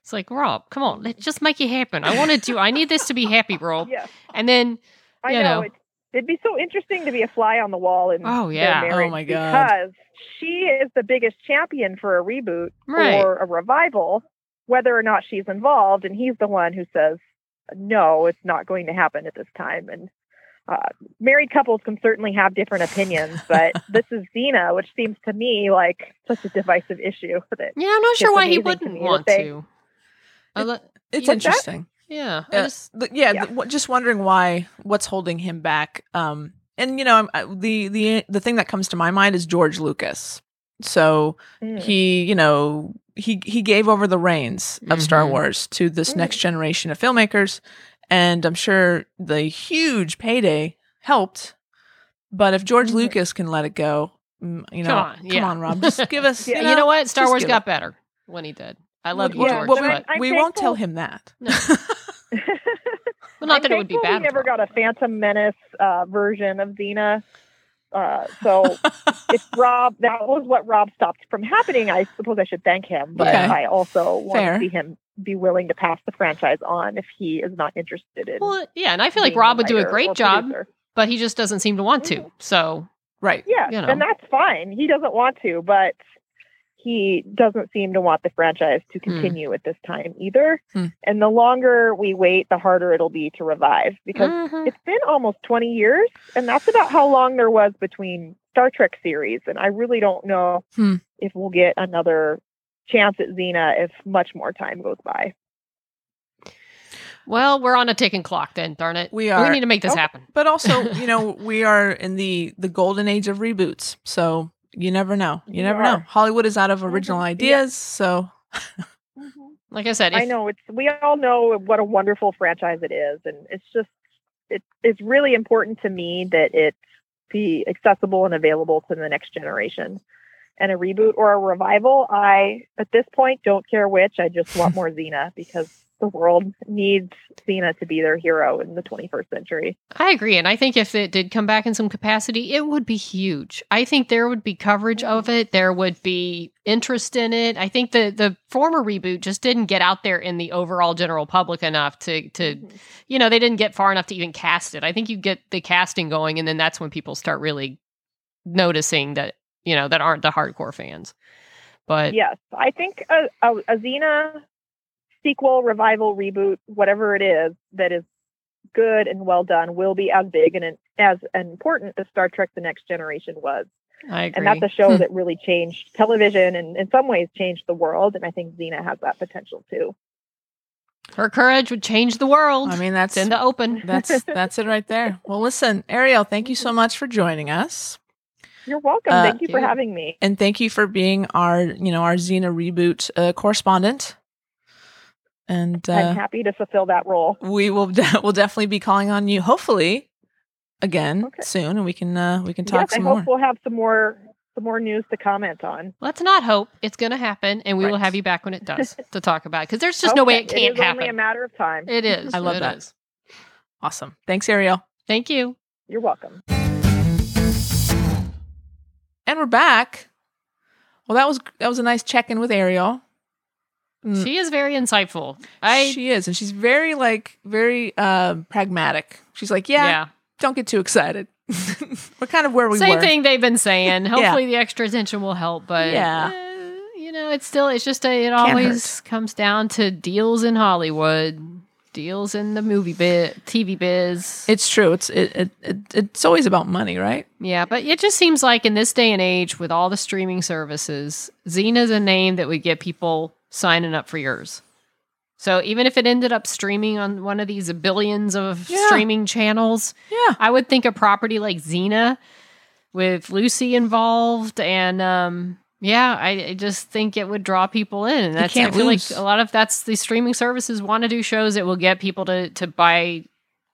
Speaker 3: It's like Rob, come on, let just make it happen. I want to do. I need this to be happy, Rob.
Speaker 4: Yeah,
Speaker 3: And then
Speaker 4: I
Speaker 3: You
Speaker 4: know.
Speaker 3: know.
Speaker 4: It's, it'd be so interesting to be a fly on the wall in
Speaker 3: Oh,
Speaker 4: their
Speaker 3: yeah. Oh,
Speaker 4: marriage
Speaker 2: my God.
Speaker 4: because she is the biggest champion for a reboot
Speaker 3: Right.
Speaker 4: or a revival, whether or not she's involved, and he's the one who says no, it's not going to happen at this time, and. Uh, married couples can certainly have different opinions, but this is Xena, which seems to me like such a divisive issue that
Speaker 3: yeah, I'm not
Speaker 4: It's
Speaker 3: sure why he
Speaker 4: amazing to
Speaker 3: wouldn't
Speaker 4: me that
Speaker 3: want
Speaker 4: they-
Speaker 3: to. I
Speaker 2: It-
Speaker 3: lo-
Speaker 2: It's
Speaker 3: You-
Speaker 2: interesting.
Speaker 3: yeah, I
Speaker 2: Uh,
Speaker 3: just-
Speaker 2: the- yeah,
Speaker 4: Yeah.
Speaker 2: the- what- just wondering why what's holding him back um and you know I'm, I, the the the thing that comes to my mind is george lucas so
Speaker 3: Hmm.
Speaker 4: Mm.
Speaker 2: he you know he he gave over the reins of star
Speaker 3: Mhm.
Speaker 2: wars to this
Speaker 4: Mm.
Speaker 2: next generation of filmmakers and i'm sure the huge payday helped but if george
Speaker 4: Mhm.
Speaker 2: lucas can let it go mm, you know
Speaker 3: Mm-hmm. Come on, yeah.
Speaker 2: rob just give us
Speaker 4: Yeah.
Speaker 3: you, know, what? Star
Speaker 2: just
Speaker 3: Wars
Speaker 2: give
Speaker 3: got better when he did. I love
Speaker 2: well,
Speaker 4: Yeah,
Speaker 3: George,
Speaker 2: well,
Speaker 4: but
Speaker 2: we,
Speaker 4: I'm-
Speaker 3: but
Speaker 4: I'm
Speaker 2: we won't tell
Speaker 4: thankful-
Speaker 2: him that
Speaker 3: No. well, not
Speaker 4: I'm
Speaker 3: that it would be
Speaker 4: thankful
Speaker 3: bad.
Speaker 4: We never
Speaker 3: with Rob.
Speaker 4: got a Phantom Menace uh, version of Xena. Uh, so if Rob, that was what Rob stopped from happening. I suppose I should thank him, but
Speaker 2: Okay.
Speaker 4: I also want
Speaker 2: Fair.
Speaker 4: to see him be willing to pass the franchise on if he is not interested in.
Speaker 3: Well, yeah, and I feel like
Speaker 4: being
Speaker 3: Rob would do a
Speaker 4: writer or
Speaker 3: great job,
Speaker 4: producer.
Speaker 3: but he just doesn't seem to want to.
Speaker 4: Mhm.
Speaker 3: So,
Speaker 2: right
Speaker 4: Yeah,
Speaker 3: you know.
Speaker 4: and that's fine. He doesn't want to, but he doesn't seem to want the franchise
Speaker 3: Hmm.
Speaker 4: to continue at this time either.
Speaker 2: Hmm.
Speaker 4: And the longer we wait, the harder it'll be to revive because
Speaker 3: Mhm.
Speaker 4: it's been almost 20 years and that's about how long there was between star trek series and i really don't know
Speaker 2: Hmm.
Speaker 4: if we'll get another chance at Xena if much more time goes by.
Speaker 3: Well, we're on a ticking clock then, darn it.
Speaker 2: We are.
Speaker 3: We need to make this
Speaker 4: Okay.
Speaker 3: happen.
Speaker 2: But also, you know, we are in the the golden age of reboots, so you never know. You
Speaker 4: We
Speaker 2: never
Speaker 4: are.
Speaker 2: know. Hollywood is out of original
Speaker 4: Yeah.
Speaker 2: ideas, so
Speaker 3: Like I said, if,
Speaker 4: I know it's we all know what a wonderful franchise it is, and it's just it, it's really important to me that it be accessible and available to the next generation. And a reboot or a revival, I at this point don't care which. I just want more Xena because the world needs Xena to be their hero in the 21st century.
Speaker 3: I agree. And I think if it did come back in some capacity, it would be huge. I think there would be coverage of it. There would be interest in it. I think the, the former reboot just didn't get out there in the overall general public enough to, to you know, they didn't get far enough to even cast it. I think you get the casting going, and then that's when people start really noticing that, you know, that aren't the hardcore fans. But
Speaker 4: yes, I think a, a, a Xena sequel, revival, reboot, whatever it is that is good and well done, will be as big and an- as important as Star Trek: The Next Generation was.
Speaker 3: I agree.
Speaker 4: And that's a show
Speaker 2: Hmm.
Speaker 4: that really changed television and, in some ways, changed the world. And I think Xena has that potential too.
Speaker 3: Her courage would change the world.
Speaker 2: I
Speaker 3: I mean,
Speaker 2: mean
Speaker 3: it's
Speaker 2: that's
Speaker 3: in the open.
Speaker 2: that's that's it right there. Well, listen, Ariel, thank you so much for joining us.
Speaker 4: You're welcome.
Speaker 2: Uh,
Speaker 4: Thank you for
Speaker 3: yeah.
Speaker 4: having me.
Speaker 2: and thank you for being our you know our xena reboot uh, correspondent and
Speaker 4: I'm
Speaker 2: uh,
Speaker 4: happy to fulfill that role.
Speaker 2: we will de- we'll definitely be calling on you hopefully again
Speaker 4: Okay.
Speaker 2: soon and we can uh, we can talk
Speaker 4: yes,
Speaker 2: some
Speaker 4: I hope
Speaker 2: more
Speaker 4: we'll have some more some more news to comment on.
Speaker 3: Let's not hope it's going to happen, and we will
Speaker 2: Right.
Speaker 3: have you back when it does to talk about. Because there's just no way it
Speaker 4: Okay,
Speaker 3: can't
Speaker 4: is
Speaker 3: happen.
Speaker 4: Only a matter of time.
Speaker 3: it is.
Speaker 2: I love
Speaker 3: It
Speaker 2: that.
Speaker 3: is.
Speaker 2: awesome thanks ariel
Speaker 3: Thank you.
Speaker 4: You're welcome.
Speaker 2: and we're back well that was that was a nice check-in with ariel Mm,
Speaker 3: She is very insightful. I
Speaker 2: she is and she's very like very uh, pragmatic she's like yeah,
Speaker 3: yeah.
Speaker 2: don't get too excited we're kind of where we
Speaker 3: Same
Speaker 2: were
Speaker 3: thing they've been saying. Hopefully the extra attention will help, but
Speaker 2: Yeah.
Speaker 3: eh, you know, it's still it's just a, it always comes down to deals in Hollywood, deals in the movie bit, TV biz.
Speaker 2: it's true it's it, it, it it's always about money right
Speaker 3: yeah, but it just seems like in this day and age with all the streaming services, Xena's a name that would get people signing up for yours. So even if it ended up streaming on one of these billions of
Speaker 2: Yeah.
Speaker 3: streaming channels,
Speaker 2: yeah
Speaker 3: I would think a property like Xena with Lucy involved and um yeah, I, I just think it would draw people in. And that's
Speaker 2: can't
Speaker 3: I feel
Speaker 2: lose.
Speaker 3: like a lot of that's the streaming services want to do shows that will get people to to buy,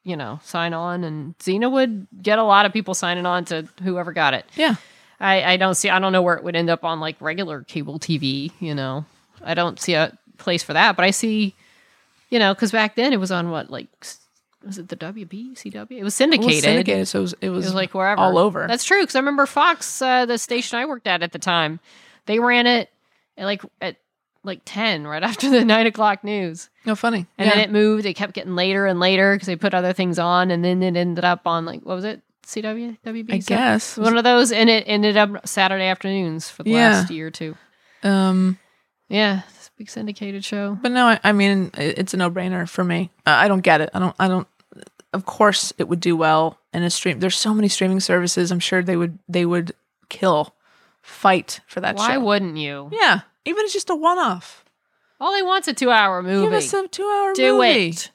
Speaker 3: you know, sign on and Xena would get a lot of people signing on to whoever got it.
Speaker 2: Yeah.
Speaker 3: I, I don't see I don't know where it would end up on like regular cable TV, you know. I don't see a place for that, but I see you know, because back then it was on what, like, s- was it the WB, CW? It was
Speaker 2: It was
Speaker 3: syndicated.
Speaker 2: syndicated, so it was, it
Speaker 3: It
Speaker 2: was
Speaker 3: was like wherever.
Speaker 2: all over.
Speaker 3: That's true. Because I remember Fox, uh, the station I worked at at the time, they ran it at like at like ten, right after the nine o'clock news,
Speaker 2: no funny.
Speaker 3: and
Speaker 2: yeah.
Speaker 3: then it moved. It kept getting later and later because they put other things on, and then it ended up on like what was it? CW, WB,
Speaker 2: I guess.
Speaker 3: one of those, and it ended up Saturday afternoons for the
Speaker 2: Yeah.
Speaker 3: last year or two.
Speaker 2: Um,
Speaker 3: Yeah, it's a big syndicated show.
Speaker 2: but no, I, I mean it- it's a no-brainer for me. Uh, I don't get it. I don't. I don't. Of course, it would do well in a stream. There's so many streaming services. I'm sure they would. They would kill, fight for that.
Speaker 3: Why
Speaker 2: show.
Speaker 3: wouldn't you?
Speaker 2: Yeah, even if it's just a one-off.
Speaker 3: All they want's a two-hour movie.
Speaker 2: Give us a two-hour
Speaker 3: Do
Speaker 2: movie.
Speaker 3: it.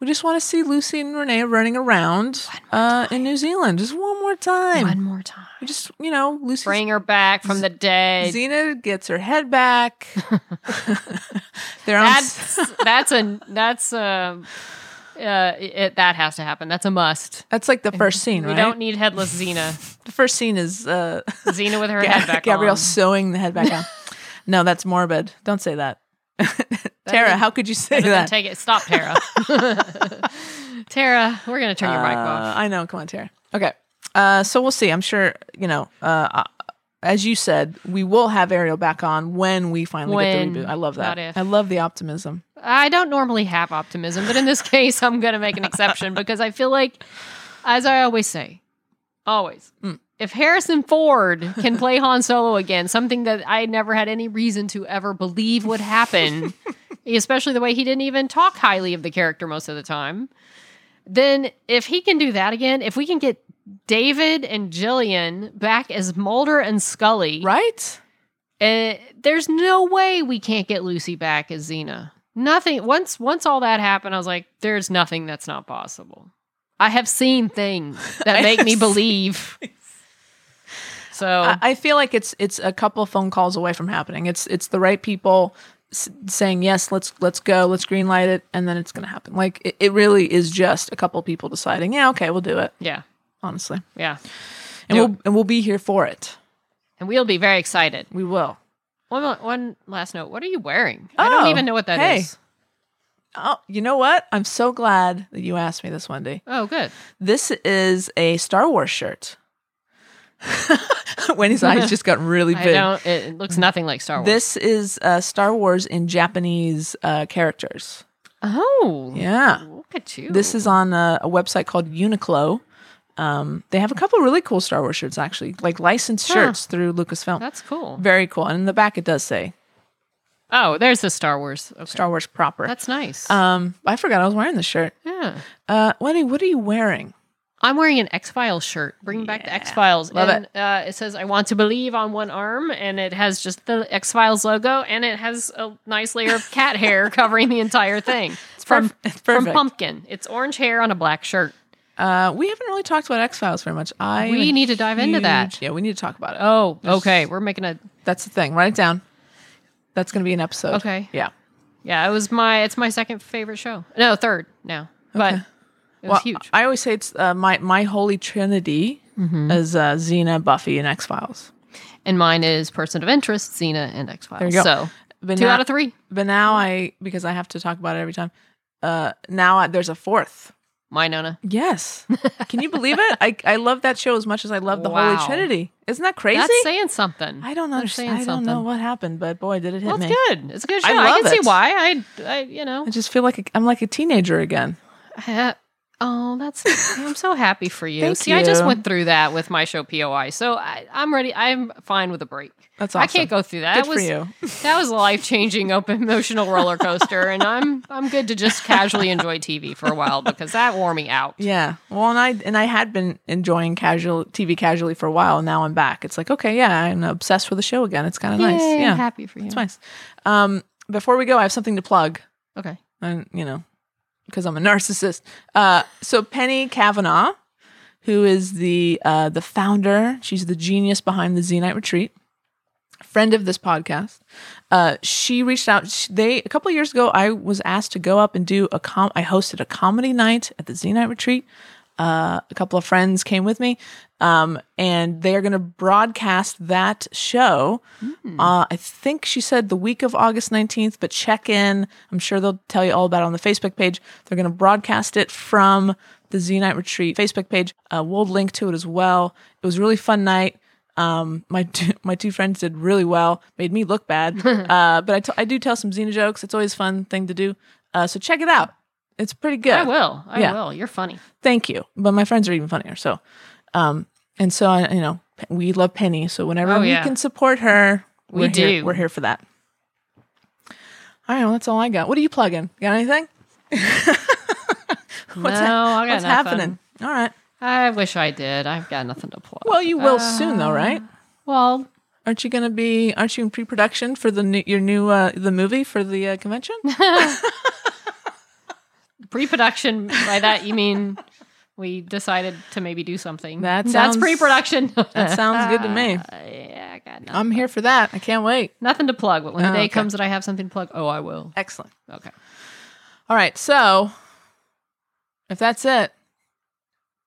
Speaker 2: We just want to see Lucy and Renee running around uh, in New Zealand just one more time.
Speaker 3: One more time.
Speaker 2: We just you know Lucy's
Speaker 3: Bring her back from the dead.
Speaker 2: Xena gets her head back. They're on. s-
Speaker 3: that's that's a that's um uh it, that has to happen. That's a must.
Speaker 2: That's like the first scene,
Speaker 3: We
Speaker 2: right?
Speaker 3: don't need headless Xena.
Speaker 2: the first scene is uh,
Speaker 3: Xena with her
Speaker 2: Ga-
Speaker 3: head back
Speaker 2: Gabrielle
Speaker 3: on.
Speaker 2: sewing the head back on. No, that's morbid. Don't say that. Tara,
Speaker 3: didn't-
Speaker 2: how could you say
Speaker 3: And then
Speaker 2: that?
Speaker 3: Take it. Stop, Tara. Tara, we're gonna turn your mic
Speaker 2: Uh,
Speaker 3: off.
Speaker 2: I know. Come on, Tara. Okay. Uh, so we'll see. I'm sure, you know, uh, uh, as you said, we will have Ariel back on when we finally
Speaker 3: When,
Speaker 2: get the reboot. I love
Speaker 3: not if.
Speaker 2: that. I love the optimism.
Speaker 3: I don't normally have optimism, but in this case, I'm gonna make an exception because I feel like, as I always say, always. If Harrison Ford can play Han Solo again, something that I never had any reason to ever believe would happen, especially the way he didn't even talk highly of the character most of the time, then if he can do that again, if we can get David and Jillian back as Mulder and Scully,
Speaker 2: Right?
Speaker 3: Eh, there's no way we can't get Lucy back as Xena. Nothing. Once once all that happened, I was like, there's nothing that's not possible. I have seen things
Speaker 2: I
Speaker 3: that make
Speaker 2: have
Speaker 3: me
Speaker 2: seen
Speaker 3: believe. So
Speaker 2: I, I feel like it's it's a couple phone calls away from happening. It's it's the right people s- saying yes, let's let's go, let's greenlight it, and then it's gonna happen. Like it, it really is just a couple people deciding, yeah, okay, we'll do it.
Speaker 3: yeah,
Speaker 2: Honestly,
Speaker 3: yeah,
Speaker 2: and
Speaker 3: Do
Speaker 2: we'll and we'll be here for it.
Speaker 3: and we'll be very excited.
Speaker 2: We will.
Speaker 3: One mo- one last note. What are you wearing? I don't
Speaker 2: Oh,
Speaker 3: even know what that is.
Speaker 2: hey. Oh, you know what? I'm so glad that you asked me this, Wendy.
Speaker 3: Oh, good.
Speaker 2: This is a Star Wars shirt. Wendy's eyes just got really
Speaker 3: I
Speaker 2: big. Mm.
Speaker 3: don't. It it looks nothing like Star Wars.
Speaker 2: This is uh, Star Wars in Japanese uh, characters.
Speaker 3: Oh,
Speaker 2: Yeah.
Speaker 3: Look at you.
Speaker 2: This is on a, a website called Uniqlo. Um, they have a couple really cool Star Wars shirts, actually, like licensed
Speaker 3: Huh.
Speaker 2: shirts through Lucasfilm.
Speaker 3: that's cool.
Speaker 2: Very cool. And in the back, it does say
Speaker 3: Oh, there's the Star Wars. Okay.
Speaker 2: Star Wars proper.
Speaker 3: That's nice.
Speaker 2: um, I forgot I was wearing this shirt.
Speaker 3: yeah.
Speaker 2: Uh, Wendy, what are you wearing?
Speaker 3: I'm wearing an X Files shirt, bringing back the
Speaker 2: Yeah.
Speaker 3: X Files.
Speaker 2: Love
Speaker 3: and, it. Uh, it says "I want to believe" on one arm, and it has just the X Files logo, and it has a nice layer of cat hair covering the entire thing. It's from
Speaker 2: Perf- it's
Speaker 3: from
Speaker 2: perfect.
Speaker 3: pumpkin. It's orange hair on a black shirt.
Speaker 2: Uh, we haven't really talked about X Files very much. I am
Speaker 3: We
Speaker 2: a
Speaker 3: need to dive into that.
Speaker 2: huge- Yeah, we need to talk about it.
Speaker 3: Oh, okay. We're making a
Speaker 2: That's the thing. Write it down. That's going to be an episode.
Speaker 3: Okay.
Speaker 2: Yeah.
Speaker 3: yeah. It was my it's my second favorite show. No, third now, but
Speaker 2: Okay.
Speaker 3: it was huge.
Speaker 2: I always say it's uh, my my holy trinity
Speaker 3: Mm-hmm.
Speaker 2: is uh, Xena, Buffy, and X Files.
Speaker 3: and mine is Person of Interest, Xena, and X Files.
Speaker 2: There you go.
Speaker 3: So
Speaker 2: But
Speaker 3: two
Speaker 2: now-
Speaker 3: out of three.
Speaker 2: But now I, because I have to talk about it every time. Uh, now I, there's a fourth.
Speaker 3: My Nona.
Speaker 2: Yes. Can you believe it? I I love that show as much as I love the
Speaker 3: Wow.
Speaker 2: Holy Trinity. Isn't that crazy?
Speaker 3: That's saying something.
Speaker 2: I don't
Speaker 3: That's
Speaker 2: understand.
Speaker 3: saying
Speaker 2: I don't know
Speaker 3: something.
Speaker 2: what happened, but boy, did it hit
Speaker 3: Well,
Speaker 2: me.
Speaker 3: it's good. It's a good show.
Speaker 2: Mm-hmm. I
Speaker 3: I,
Speaker 2: love
Speaker 3: can see
Speaker 2: it.
Speaker 3: why. I, I you know,
Speaker 2: I just feel like i I'm like a teenager again.
Speaker 3: ha- oh, that's. I'm so happy for you.
Speaker 2: Thank
Speaker 3: see, I just
Speaker 2: you.
Speaker 3: went through that with my show POI, so I, I'm ready. I'm fine with a break.
Speaker 2: That's
Speaker 3: I
Speaker 2: awesome.
Speaker 3: can't go through that.
Speaker 2: Good
Speaker 3: That was,
Speaker 2: for you.
Speaker 3: that was a life changing, open emotional roller coaster, and I'm I'm good to just casually enjoy TV for a while because that wore me out.
Speaker 2: Yeah. Well, and I and I had been enjoying casual TV casually for a while. And now I'm back. It's like okay, yeah, I'm obsessed with the show again. It's kind of nice.
Speaker 3: Yay,
Speaker 2: Yeah,
Speaker 3: happy for you.
Speaker 2: it's nice. Um, before we go, I have something to plug.
Speaker 3: Okay.
Speaker 2: and you know, because I'm a narcissist. Uh, so Penny Kavanaugh, who is the uh, the founder, she's the genius behind the Zenite Retreat, friend of this podcast. Uh, she reached out. She, they a couple of years ago, I was asked to go up and do a com. I hosted a comedy night at the Zenite Retreat. Uh, a couple of friends came with me, um, and they are going to broadcast that show. Uh, I think she said the week of August 19th, but check in. I'm sure they'll tell you all about it on the Facebook page. They're going to broadcast it from the Zenite Retreat Facebook page. Uh, we'll link to it as well. It was a really fun night. Um, my two, my two friends did really well, made me look bad. uh, but I t- I do tell some Xena jokes. It's always a fun thing to do. Uh, so check it out. It's pretty good.
Speaker 3: I will. I
Speaker 2: Yeah.
Speaker 3: will. You're funny.
Speaker 2: Thank you. But my friends are even funnier. So, um, and so I, you know, Pe- we love Penny. So whenever
Speaker 3: Oh,
Speaker 2: we
Speaker 3: yeah.
Speaker 2: can support her,
Speaker 3: We
Speaker 2: we're here-
Speaker 3: do.
Speaker 2: we're here for that. All right. Well, that's all I got. What are you plugging? Got anything?
Speaker 3: no, I got
Speaker 2: What's
Speaker 3: nothing.
Speaker 2: happening? All right.
Speaker 3: I wish I did. I've got nothing to plug.
Speaker 2: Well, you will
Speaker 3: Uh,
Speaker 2: soon though, right?
Speaker 3: well,
Speaker 2: Aren't you going to be? Aren't you in pre-production for the new, your new uh, the movie for the uh, convention?
Speaker 3: pre-production by that you mean we decided to maybe do something
Speaker 2: That
Speaker 3: that's
Speaker 2: sounds-
Speaker 3: pre-production Uh,
Speaker 2: That sounds good to me.
Speaker 3: yeah i got nothing,
Speaker 2: I'm here for that. I can't wait.
Speaker 3: nothing to plug but when the
Speaker 2: Oh,
Speaker 3: day
Speaker 2: okay.
Speaker 3: comes that i have something to plug oh i will
Speaker 2: Excellent.
Speaker 3: okay
Speaker 2: All right. So, if that's it,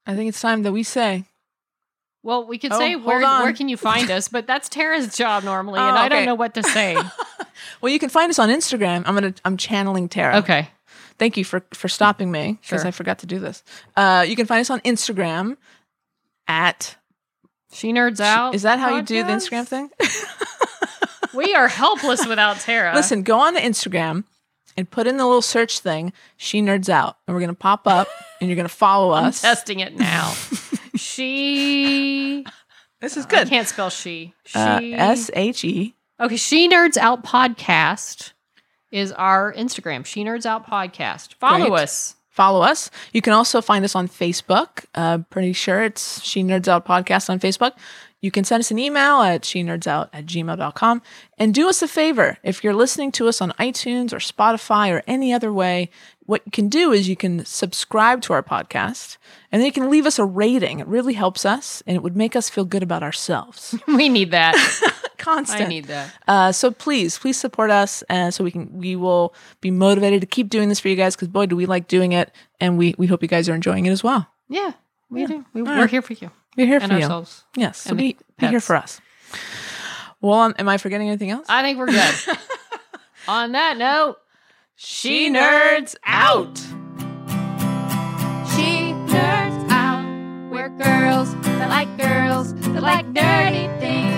Speaker 2: I think it's time that we say.
Speaker 3: well we could
Speaker 2: Oh,
Speaker 3: say
Speaker 2: hold
Speaker 3: where,
Speaker 2: on.
Speaker 3: where can you find us but that's tara's job normally
Speaker 2: Oh,
Speaker 3: and i don't
Speaker 2: okay.
Speaker 3: know what to say
Speaker 2: Well, you can find us on Instagram. I'm gonna I'm channeling Tara.
Speaker 3: okay
Speaker 2: Thank you for for stopping me because
Speaker 3: Sure.
Speaker 2: I forgot to do this. Uh, you can find us on Instagram at.
Speaker 3: she nerds out
Speaker 2: Is that how you do the
Speaker 3: podcast? Uh-huh.
Speaker 2: Instagram thing?
Speaker 3: we are helpless without tara
Speaker 2: Listen, go on to Instagram and put in the little search thing. She nerds out, and we're gonna pop up, and you're gonna follow us.
Speaker 3: testing it now she
Speaker 2: This is
Speaker 3: I
Speaker 2: good.
Speaker 3: can't spell she she
Speaker 2: Uh, S H E.
Speaker 3: Okay, She Nerds Out Podcast is our Instagram. She Nerds Out Podcast. Follow
Speaker 2: Great.
Speaker 3: us.
Speaker 2: follow us. You can also find us on Facebook. Uh, pretty sure it's She Nerds Out Podcast on Facebook. You can send us an email at shenerdsout at gmail.com. And do us a favor if you're listening to us on iTunes or Spotify or any other way, what you can do is you can subscribe to our podcast and then you can leave us a rating. It really helps us and it would make us feel good about ourselves.
Speaker 3: We need that.
Speaker 2: Constant.
Speaker 3: I need that.
Speaker 2: Uh, so please, please support us, and so we can we will be motivated to keep doing this for you guys. Because boy, do we like doing it, and we we hope you guys are enjoying it as well.
Speaker 3: Yeah, we do. We,
Speaker 2: All
Speaker 3: We're
Speaker 2: right.
Speaker 3: here for you
Speaker 2: We're here
Speaker 3: and
Speaker 2: for you.
Speaker 3: ourselves.
Speaker 2: Yes, so
Speaker 3: and the
Speaker 2: be, be here
Speaker 3: pets.
Speaker 2: for us. Well, um, am I forgetting anything else?
Speaker 3: I think we're good. On that note, she nerds out.
Speaker 1: She nerds out. We're girls that like girls that like dirty things.